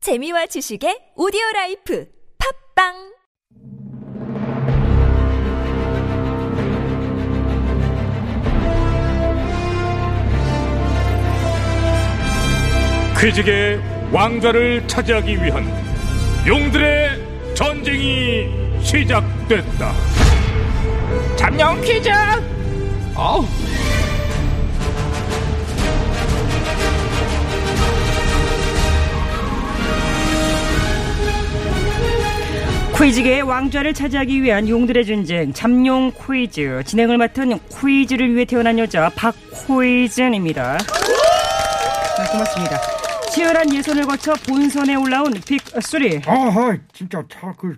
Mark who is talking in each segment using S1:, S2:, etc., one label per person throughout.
S1: 재미와 지식의 오디오 라이프 팝빵
S2: 퀴직의 왕좌를 차지하기 위한 용들의 전쟁이 시작됐다.
S3: 잠룡 퀴즈! 어우,
S4: 코이즈계의 왕좌를 차지하기 위한 용들의 전쟁 잠룡 코이즈 진행을 맡은 코이즈를 위해 태어난 여자 박코이즈입니다 네, 고맙습니다 치열한 예선을 거쳐 본선에 올라온 빅3
S5: 아하 진짜 차그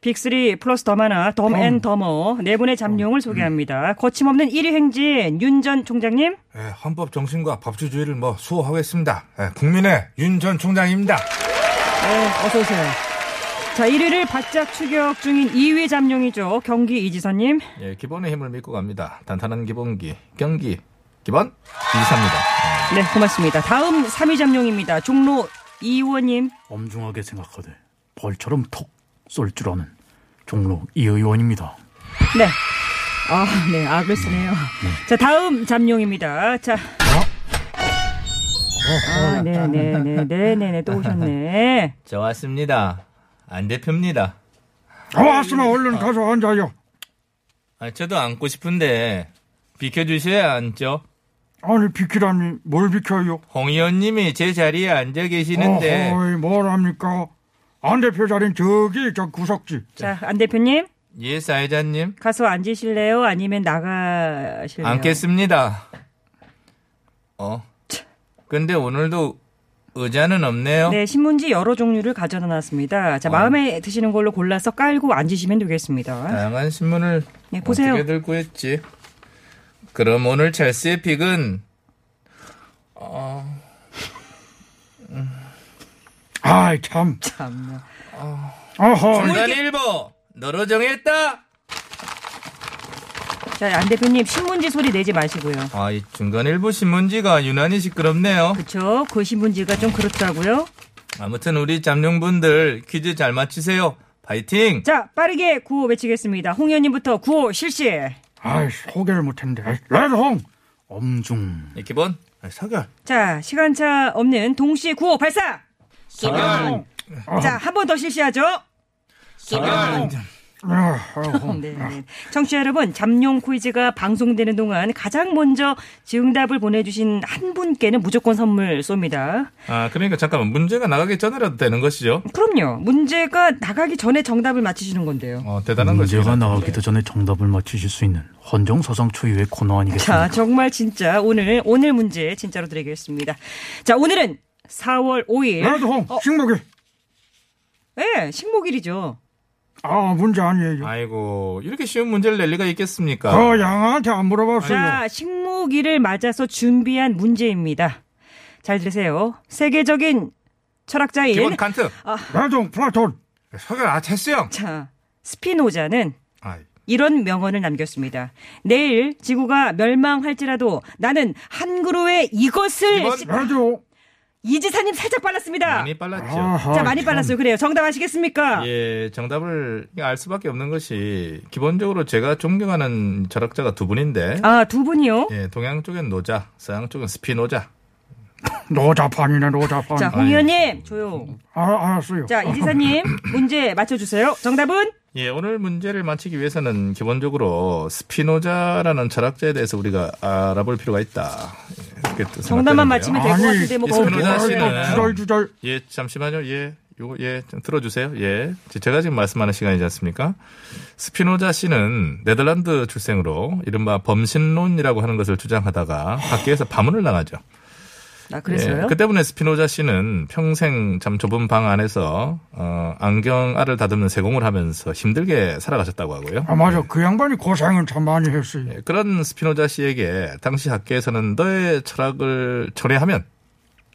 S4: 빅3 플러스 더 많아 덤앤 더머 네 분의 잠룡을 소개합니다 거침없는 1위 행진 윤 전 총장님
S6: 예, 헌법 정신과 법치주의를 뭐 수호하겠습니다. 예, 국민의 윤 전 총장입니다.
S4: 네, 어서 오세요 자 1위를 바짝 추격 중인 2위 잠룡이죠 경기 이지선님
S6: 예, 기본의 힘을 믿고 갑니다. 단단한 기본기, 경기, 기본 이사입니다.
S4: 네, 고맙습니다. 다음 3위 잠룡입니다. 종로 이원님.
S7: 엄중하게 생각하되 벌처럼 톡 쏠 줄 아는 종로 이 의원입니다.
S4: 네. 아, 네, 악을 쓰네요. 어? 자, 다음 잠룡입니다. 자. 아, 네, 네, 네, 네, 네, 네, 또 오셨네.
S6: 저 왔습니다. 안 대표입니다.
S5: 아 왔으면
S4: 음.
S5: 얼른 가서 앉아요
S6: 아, 저도 앉고 싶은데 비켜주셔야 앉죠.
S5: 아니 비키라니 뭘 비켜요
S6: 홍 의원님이 제 자리에 앉아 계시는데
S5: 어이 뭐랍니까 안 대표 자리는 저기 저 구석지
S4: 자, 안 대표님
S6: 예 사회자님
S4: 가서 앉으실래요? 아니면 나가실래요?
S6: 앉겠습니다. 어? 근데 오늘도 의자는 없네요.
S4: 네, 신문지 여러 종류를 가져다 놨습니다. 자, 마음에 드시는 걸로 골라서 깔고 앉으시면 되겠습니다.
S6: 다양한 신문을
S4: 네, 보세요.
S6: 어떻게 들고 했지? 그럼 오늘 찰스의 픽은
S5: 아이 참
S4: 참.
S5: 아하
S6: 중간 일보 너로 정했다.
S4: 자, 안 대표님 신문지 소리 내지 마시고요.
S6: 아, 이 중간 일보 신문지가 유난히 시끄럽네요.
S4: 그렇죠. 그 신문지가 좀 그렇다고요.
S6: 아무튼 우리 잠룡분들 퀴즈 잘 맞히세요. 파이팅!
S4: 자, 빠르게 구호 외치겠습니다. 홍 의원님부터 구호 실시.
S5: 아이 소개를 못했는데 아이, 레드홍
S7: 엄중
S6: 이 기본 아, 사결.
S4: 자, 시간차 없는 동시 구호 발사.
S6: 사결.
S4: 자, 한 번 더 실시하죠.
S6: 사결.
S5: 아하.
S4: 네, 네. 청취자 여러분, 잠룡 퀴즈가 방송되는 동안 가장 먼저 정답을 보내주신 한 분께는 무조건 선물 쏩니다.
S6: 아, 그러니까 잠깐만 문제가 나가기 전이라도 되는 것이죠.
S4: 그럼요. 문제가 나가기 전에 정답을 맞히시는 건데요.
S6: 어, 대단한 거죠.
S7: 문제가 나가기도 전에 정답을 맞히실 수 있는 헌정 사상 초유의 코너 아니겠습니까?
S4: 자, 정말 진짜 오늘 오늘 문제 진짜로 드리겠습니다. 자, 오늘은 4월 5일. 어.
S5: 레드홍 식목이
S4: 예, 식목일이죠.
S5: 아 문제 아니에요
S6: 아이고, 이렇게 쉬운 문제를 낼 리가 있겠습니까?
S5: 그 양한테 안 물어봤어요
S4: 자, 식목일을 맞아서 준비한 문제입니다. 잘 들으세요. 세계적인 철학자인
S6: 기본 칸트.
S5: 레드홍 플라톤
S6: 사결 아, 됐어요.
S4: 자, 스피노자는
S6: 아,
S4: 이런 명언을 남겼습니다. 내일 지구가 멸망할지라도 나는 한 그루의 이것을
S6: 이번-
S4: 시-
S5: 레드홍
S4: 이지사님 살짝 빨랐습니다.
S6: 많이 빨랐죠.
S5: 아하
S4: 자, 많이
S5: 참.
S4: 빨랐어요. 그래요. 정답 아시겠습니까?
S6: 예, 정답을 알 수밖에 없는 것이 기본적으로 제가 존경하는 철학자가 두 분인데
S4: 아, 두 분이요?
S6: 예, 동양 쪽엔 노자, 서양 쪽은 스피노자.
S5: 노자판이네 노자판
S4: 자, 홍 의원님, 조용.
S5: 아, 알았어요
S4: 자, 이지사님, 문제 맞춰주세요. 정답은?
S6: 예, 오늘 문제를 마치기 위해서는 기본적으로 스피노자라는 철학자에 대해서 우리가 알아볼 필요가 있다. 예, 이렇게 또 생각되는데요.
S4: 정답만 맞히면 될 것
S5: 아니,
S4: 같은데, 뭐,
S6: 이 스피노자
S4: 그렇게
S6: 씨는
S5: 아이고, 주절주절
S6: 예, 잠시만요. 예, 요거 예, 좀 들어주세요. 예, 제- 제가 지금 말씀하는 시간이지 않습니까? 스피노자 씨는 네덜란드 출생으로 이른바 범신론이라고 하는 것을 주장하다가 학교에서 파문을 당하죠.
S4: 아, 그랬어요?
S6: 예, 그 때문에 스피노자 씨는 평생 참 좁은 방 안에서 어, 안경 알을 다듬는 세공을 하면서 힘들게 살아가셨다고 하고요.
S5: 아 맞아 그 양반이 고생은 참 많이 했어요
S6: 예, 그런 스피노자 씨에게 당시 학계에서는 너의 철학을 철회하면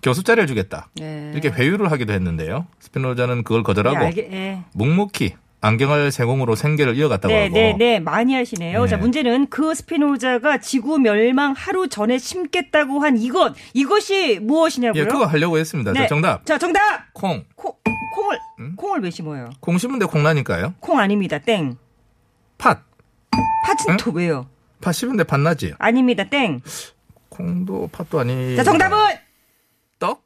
S6: 교수 자리를 주겠다.
S4: 네.
S6: 이렇게 회유를 하기도 했는데요. 스피노자는 그걸 거절하고
S4: 예, 알게- 예.
S6: 묵묵히 안경을 제공으로 생계를 이어갔다고
S4: 네,
S6: 하고
S4: 네, 네, 많이 하시네요.
S6: 네.
S4: 자, 문제는 그 스피노자가 지구 멸망 하루 전에 심겠다고 한 이것, 이것이 무엇이냐고요?
S6: 예, 그거 하려고 했습니다.
S4: 네.
S6: 자, 정답
S4: 자, 정답!
S6: 콩.
S4: 코, 콩을 왜 심어요?
S6: 콩 심은데 콩 나니까요.
S4: 콩 아닙니다. 땡.
S6: 팥.
S4: 팥은 또 왜요?
S6: 팥 심은데 팥 나지.
S4: 아닙니다. 땡.
S6: 콩도 팥도 아니.
S4: 자, 정답은
S6: 떡?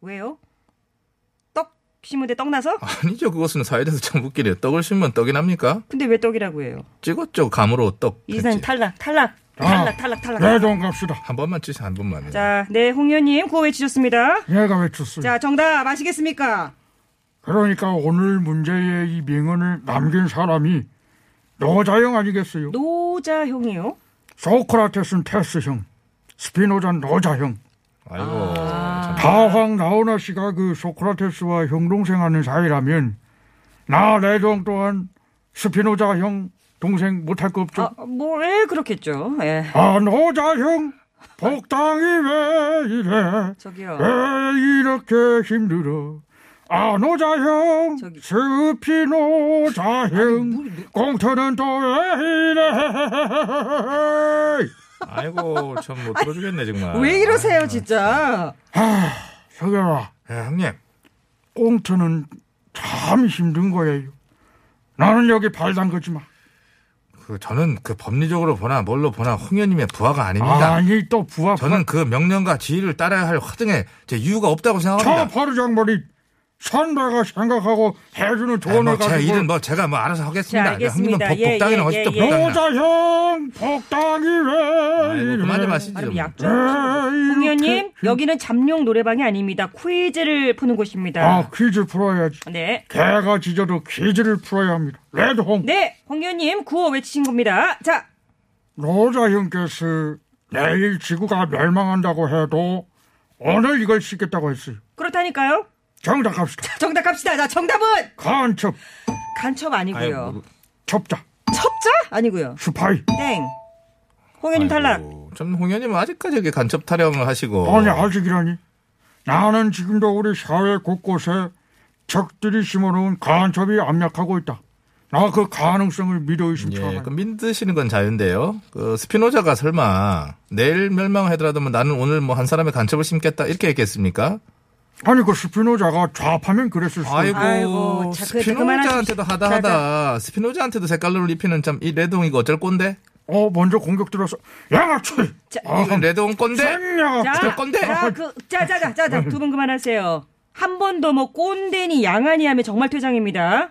S4: 왜요? 떡 심은데 떡 나서?
S6: 아니죠. 그것은 사회에서 참 웃기네요. 떡을 심으면 떡이 납니까?
S4: 근데 왜 떡이라고 해요?
S6: 찍었죠. 감으로 떡.
S4: 이사님
S6: 했지. 아. 네,
S4: 탈락, 탈락, 탈락, 탈락, 탈락.
S5: 내돈 갑시다.
S6: 한 번만 치세요. 한 번만.
S4: 자, 네, 홍원님 구호 외치셨습니다.
S5: 내가 외쳤어요.
S4: 자, 정답 아시겠습니까?
S5: 그러니까 오늘 문제의 이 명언을 남긴 사람이 노자형 아니겠어요?
S4: 노자형이요.
S5: 소크라테스는 테스형, 스피노자는 노자형.
S6: 아이고.
S5: 다황 나오나 씨가 그 소크라테스와 형동생 하는 사이라면 나 내동 또한 스피노자 형 동생 못할 거 없죠.
S4: 아, 뭐왜 그렇겠죠? 예.
S5: 아 노자 형 복당이 왜 이래
S4: 저기요.
S6: 어?
S5: 왜 이렇게 힘들어 아 노자형
S4: 저기-
S5: 스피노자형 공터는 또 왜 이래
S6: 아이고. 참 못 들어주겠네 정말.
S4: 왜 이러세요,
S6: 아,
S4: 진짜?
S5: 석영아
S6: 예, 형님.
S5: 공터는 참 힘든 거예요 나는 여기 발 담그지 마
S6: 그 저는 그 법리적으로 보나 뭘로 보나 홍현님의 부하가 아닙니다.
S5: 아니 또 부하
S6: 저는 그 명령과 지휘를 따라야 할 화등에 제 이유가 없다고
S5: 저
S6: 생각합니다.
S5: 파르장머리 선배가 생각하고 해주는
S6: 네,
S5: 돈을
S6: 뭐 제
S5: 가지고
S6: 일은 뭐 제가 뭐 알아서
S4: 자,
S6: 하겠습니다.
S4: 알겠습니다.
S6: 형님은
S4: 예,
S6: 복복당이나
S4: 예,
S6: 어쨌든
S4: 예, 예.
S5: 뭐
S6: 복당이나.
S5: 노자형 복당이 왜 이래
S6: 아이고, 뭐 그만 좀 하시죠.
S4: 발음
S6: 좀.
S4: 뭐
S5: 뭐
S4: 약죠.
S5: 홍
S6: 아,
S4: 홍현님 여기는 잠룡 노래방이 아닙니다. 퀴즈를 푸는 곳입니다.
S5: 아 퀴즈 풀어야지
S4: 네.
S5: 개가 짖어도 퀴즈를 풀어야 합니다 레드홍
S4: 네, 홍현님 구호 외치신 겁니다. 자,
S5: 노자형께서 내일 지구가 멸망한다고 해도 오늘 이걸 씻겠다고 했어요
S4: 그렇다니까요.
S5: 정답 갑시다
S4: 정답 갑시다. 자, 정답은
S5: 간첩
S4: 간첩 아니고요.
S6: 아이고,
S5: 첩자
S4: 첩자 아니고요.
S5: 스파이
S4: 땡. 홍현님 탈락.
S6: 참 홍현님은 아직까지 이렇게 간첩 타령을 하시고.
S5: 아니 아직이라니 나는 지금도 우리 사회 곳곳에 적들이 심어놓은 간첩이 압력하고 있다 나 그 가능성을 믿어
S6: 예,
S5: 의심처럼
S6: 그 민드시는 건 자유인데요. 그 스피노자가 설마 내일 멸망하더라도 뭐 나는 오늘 뭐 한 사람의 간첩을 심겠다 이렇게 했겠습니까?
S5: 아니 그 스피노자가 좌파면 그랬을 수도
S6: 아이고,
S5: 있고
S4: 아이고, 자, 그,
S6: 스피노자한테도
S4: 그만하십시오.
S6: 하다
S4: 자,
S6: 하다 스피노자한테도 색깔론을 입히는 참 이 레드홍이가 어쩔 건데?
S5: 어 먼저 공격 들어서 양아치 아,
S6: 이건 레드홍 건데?
S5: 야
S4: 자,
S6: 그럴 아, 건데.
S4: 자, 그, 자, 자, 자, 자, 두 분 그만하세요. 한 번 더 뭐 꼰대니 양아니 하면 정말 퇴장입니다.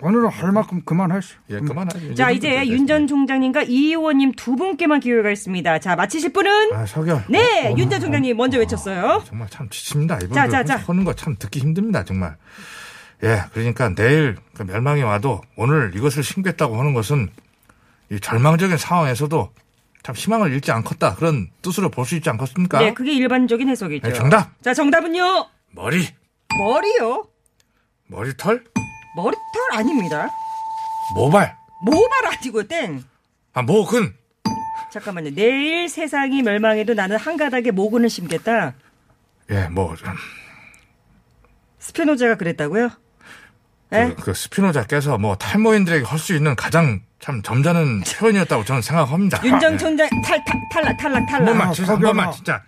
S5: 오늘은 할 만큼 그만했어
S6: 예, 그만하죠.
S4: 자, 이제 윤 전 총장님과 이 의원님 두 분께만 기회가 있습니다. 자, 마치실 분은?
S6: 아, 어. 석열.
S4: 네, 윤 전 총장님 먼저 외쳤어요.
S6: 정말 참 지칩니다. 이분들
S4: 자, 자, 자.
S6: 하는 거 참 듣기 힘듭니다. 정말. 예, 그러니까 내일 그 멸망이 와도 오늘 이것을 심겠다고 하는 것은 이 절망적인 상황에서도 참 희망을 잃지 않겠다 그런 뜻으로 볼 수 있지 않겠습니까?
S4: 네, 그게 일반적인 해석이죠.
S6: 네, 정답.
S4: 자, 정답은요?
S6: 머리,
S4: 머리요.
S6: 머리털,
S4: 머리털 아닙니다.
S6: 모발,
S4: 모발 아니고요, 땡.
S6: 아 모근,
S4: 잠깐만요. 내일 세상이 멸망해도 나는 한 가닥에 모근을 심겠다.
S6: 예, 뭐 좀,
S4: 스페노자가 그랬다고요? 네?
S6: 그, 그 스피노자께서 뭐 탈모인들에게 할 수 있는 가장 참
S5: 아.
S6: 점잖은 표현이었다고 저는 생각합니다.
S4: 윤정
S6: 예.
S4: 총장 탈, 탈, 탈락, 탈락,
S6: 한
S4: 탈락.
S6: 번만, 진짜 한 번만
S5: 석연아.
S6: 진짜.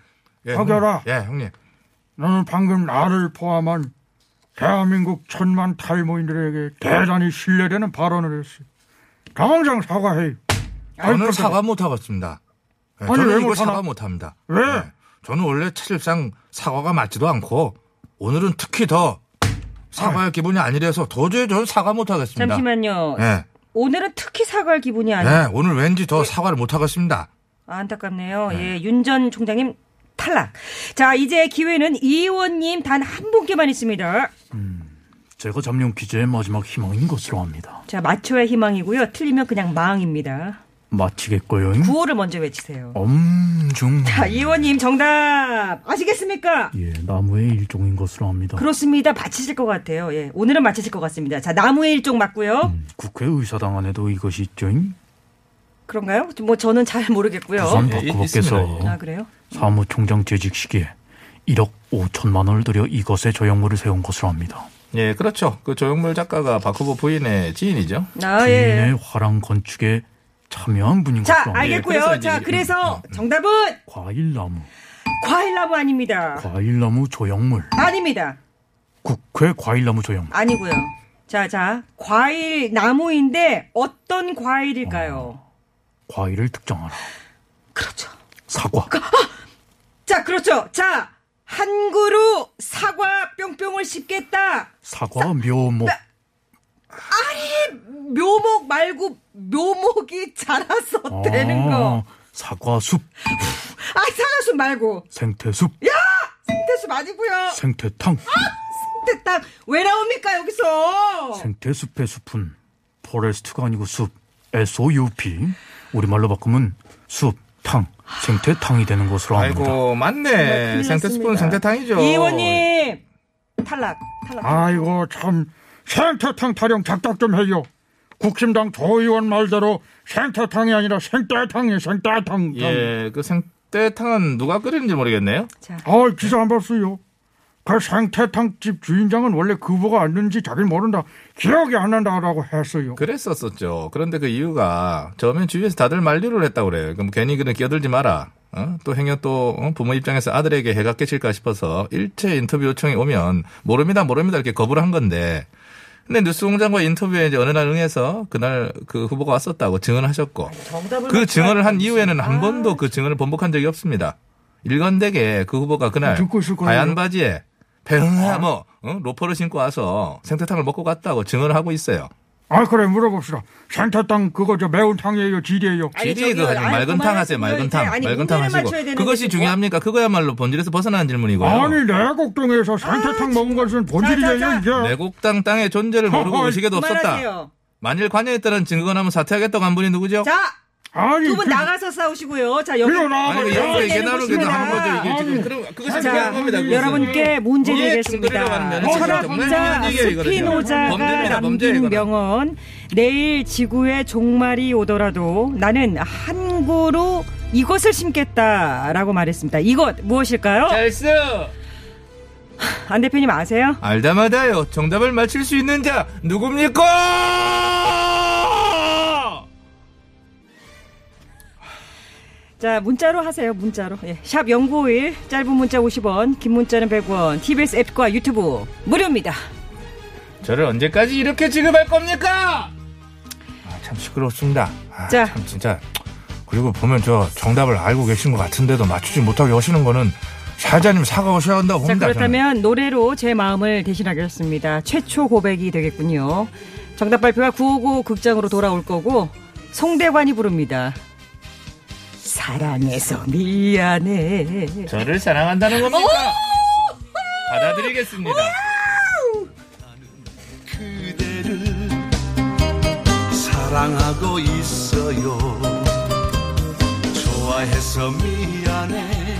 S6: 예,
S5: 석연아.
S6: 형님. 예, 형님.
S5: 너는 음, 방금 나를 포함한 대한민국 천만 탈모인들에게 대단히 신뢰되는 발언을 했어 당장 사과해
S6: 저는
S5: 아니, 그러니까-
S6: 사과 못 하겠습니다. 예,
S5: 아니, 왜
S6: 저는 이거
S5: 못 하나?
S6: 사과 못 합니다. 예.
S5: 왜?
S6: 저는 원래 체질상 사과가 맞지도 않고 오늘은 특히 더 사과할 기분이 아니라서 도저히 저는 사과 못 하겠습니다.
S4: 잠시만요.
S6: 예.
S4: 오늘은 특히 사과할 기분이 아니.
S6: 예, 오늘 왠지 더 사과를 못 하겠습니다.
S4: 아, 안타깝네요. 예, 윤 전 총장님 탈락. 자, 이제 기회는 이 의원님 단 한 분께만 있습니다.
S7: 제가 잠룡 퀴즈의 마지막 희망인 것으로 합니다.
S4: 자, 맞춰야 희망이고요. 틀리면 그냥 망입니다.
S7: 마치겠고요.
S4: 구호를 먼저 외치세요.
S7: 엄중.
S4: 자, 이 의원님 정답 아시겠습니까?
S7: 예, 나무의 일종인 것으로 합니다.
S4: 그렇습니다. 마치실 것 같아요. 예, 오늘은 마치실 것 같습니다. 자, 나무의 일종 맞고요.
S7: 음, 국회 의사당 안에도 이것이 있죠.
S4: 그런가요? 뭐 저는 잘 모르겠고요.
S7: 부산
S6: 예,
S7: 박구법께서
S6: 있습니다.
S4: 아, 그래요?
S7: 사무총장 재직 시기에 1억 5천만 원을 들여 이것에 저용물을 세운 것으로 합니다.
S6: 예, 그렇죠. 그 조영물 작가가 바쿠보 부인의 지인이죠.
S4: 아, 예.
S7: 국민의 화랑 건축에 참여한 분인
S4: 자,
S7: 것으로 합니다.
S4: 알겠고요.
S6: 그래서 이제 네.
S4: 자,
S6: 이-
S4: 그래서 정답은
S7: 과일나무,
S4: 과일나무 아닙니다.
S7: 과일나무 조형물,
S4: 아닙니다.
S7: 국회 국회 과일나무 조형.
S4: 아니고요. 자, 자. 과일 나무인데 어떤 과일일까요?
S7: 과일을 특정하라.
S4: 그렇죠.
S7: 사과.
S4: 자, 그렇죠. 자, 한 그루 사과 뿅뿅을 씹겠다.
S7: 사과 묘목.
S4: 묘목 말고 묘목이 자라서
S6: 아.
S4: 되는 거.
S7: 아, 사과 숲,
S4: 아, 사과수 말고.
S7: 생태숲,
S4: 생태수 아니고요.
S7: 생태탕,
S4: 생태 땅왜 나옵니까 여기서?
S7: 생태숲의 숲은 포레스트가 아니고 숲. S-O-U-P. 우리말로 바꾸면 숲, 탕, 생태탕이 되는 것으로 합니다.
S6: 아이고 맞네. 생태 스푼 생태탕이죠.
S4: 이원님 탈락 탈락.
S5: 아이고 참 생태탕 타령 작작 좀 해요. 국힘당 조 의원 말대로 생태탕이 아니라 생떼탕이에요. 생떼탕.
S6: 예, 그 생태탕은 누가 끓이는지 모르겠네요.
S5: 아 기사 안 봤어요. 그 생태탕집 주인장은 원래 그보가 왔는지 자긴 모른다. 기억이 안 난다라고 했어요.
S6: 그랬었었죠. 그런데 그 이유가 처음엔 주위에서 다들 만류를 했다고 그래요. 그럼 괜히 그런 끼어들지 마라. 어? 또 행여 또 어? 부모 입장에서 아들에게 해가 끼칠까 싶어서 일체 인터뷰 요청이 오면 모릅니다, 모릅니다 이렇게 거부를 한 건데. 근데 뉴스공장과 인터뷰에 이제 어느 날 응해서 그날 그 후보가 왔었다고 증언을 하셨고 그 증언을 한 이후에는 한 번도 그 증언을 번복한 적이 없습니다. 일관되게 그 후보가 그날
S5: 듣고 있을 거예요.
S6: 하얀 바지에 배은하 뭐 어? 로퍼를 신고 와서 생태탕을 먹고 갔다고 증언을 하고 있어요.
S5: 아 그래 물어봅시다. 생태탕 그거 저 매운탕이에요, 지리예요.
S4: 아니,
S6: 지리 그
S4: 저기요.
S6: 하지
S4: 아니,
S6: 맑은 탕 하세요
S4: 그만하시고요,
S6: 맑은
S4: 이제.
S6: 탕
S4: 아니,
S6: 맑은 탕
S4: 문제를
S6: 하시고
S4: 맞춰야 되는
S6: 그것이
S4: 거지,
S6: 중요합니까 그거야말로 본질에서 벗어나는 질문이고요
S5: 아니 내곡동에서 생태탕 먹은 것은 본질이에요
S4: 네. 자, 네.
S5: 이게.
S6: 내곡당 땅의 존재를 모르고
S5: 허허,
S6: 의식에도 없었다
S4: 그만하세요.
S6: 만일 관여했다는 증거가 나면 사퇴하겠다고 한 분이 누구죠
S4: 자,
S5: 아니
S4: 두 분
S5: 그-
S4: 나가서 싸우시고요. 자, 여기
S5: 일어나.
S6: 아니
S4: 여기서
S6: 여기서 이게
S4: 내는
S6: 나로 그냥
S4: 것입니다.
S6: 하는 거죠 이게 지금
S5: 아니,
S6: 그럼 그것이
S5: 자,
S6: 중요한 겁니다 그것은.
S4: 여러분께 문제
S6: 우리의 증거라고 하는
S4: 드리겠습니다.
S6: 면에서 정말 중요한
S4: 철학자
S6: 얘기예요, 이거는요.
S4: 스피노자가
S6: 범죄입니다, 범죄,
S4: 남긴
S6: 이거는.
S4: 명언 내일 지구에 종말이 오더라도 나는 한 그루 이것을 심겠다라고 말했습니다. 이것 무엇일까요?
S6: 잘쓰
S4: 안 대표님 아세요?
S6: 알다마다요 정답을 맞힐 수 있는 자 누굽니까
S4: 자 문자로 하세요 문자로 예. 샵0951 짧은 문자 50원 긴 문자는 100원 TBS 앱과 유튜브 무료입니다
S6: 저를 언제까지 이렇게 지급할 겁니까? 아, 참 시끄럽습니다. 아,
S4: 자.
S6: 참 진짜 그리고 보면 저 정답을 알고 계신 것 같은데도 맞추지 못하게 하시는 거는 사자님 사과하셔야 한다고
S4: 자
S6: 봅니다.
S4: 그렇다면 노래로 제 마음을 대신하겠습니다 최초 고백이 되겠군요 정답 발표가 959 극장으로 돌아올 거고 송대관이 부릅니다 사랑해서 미안해
S6: 저는. 저를 사랑한다는 겁니까? 받아들이겠습니다.
S8: 그대를 사랑하고 있어요. 좋아해서 미안해.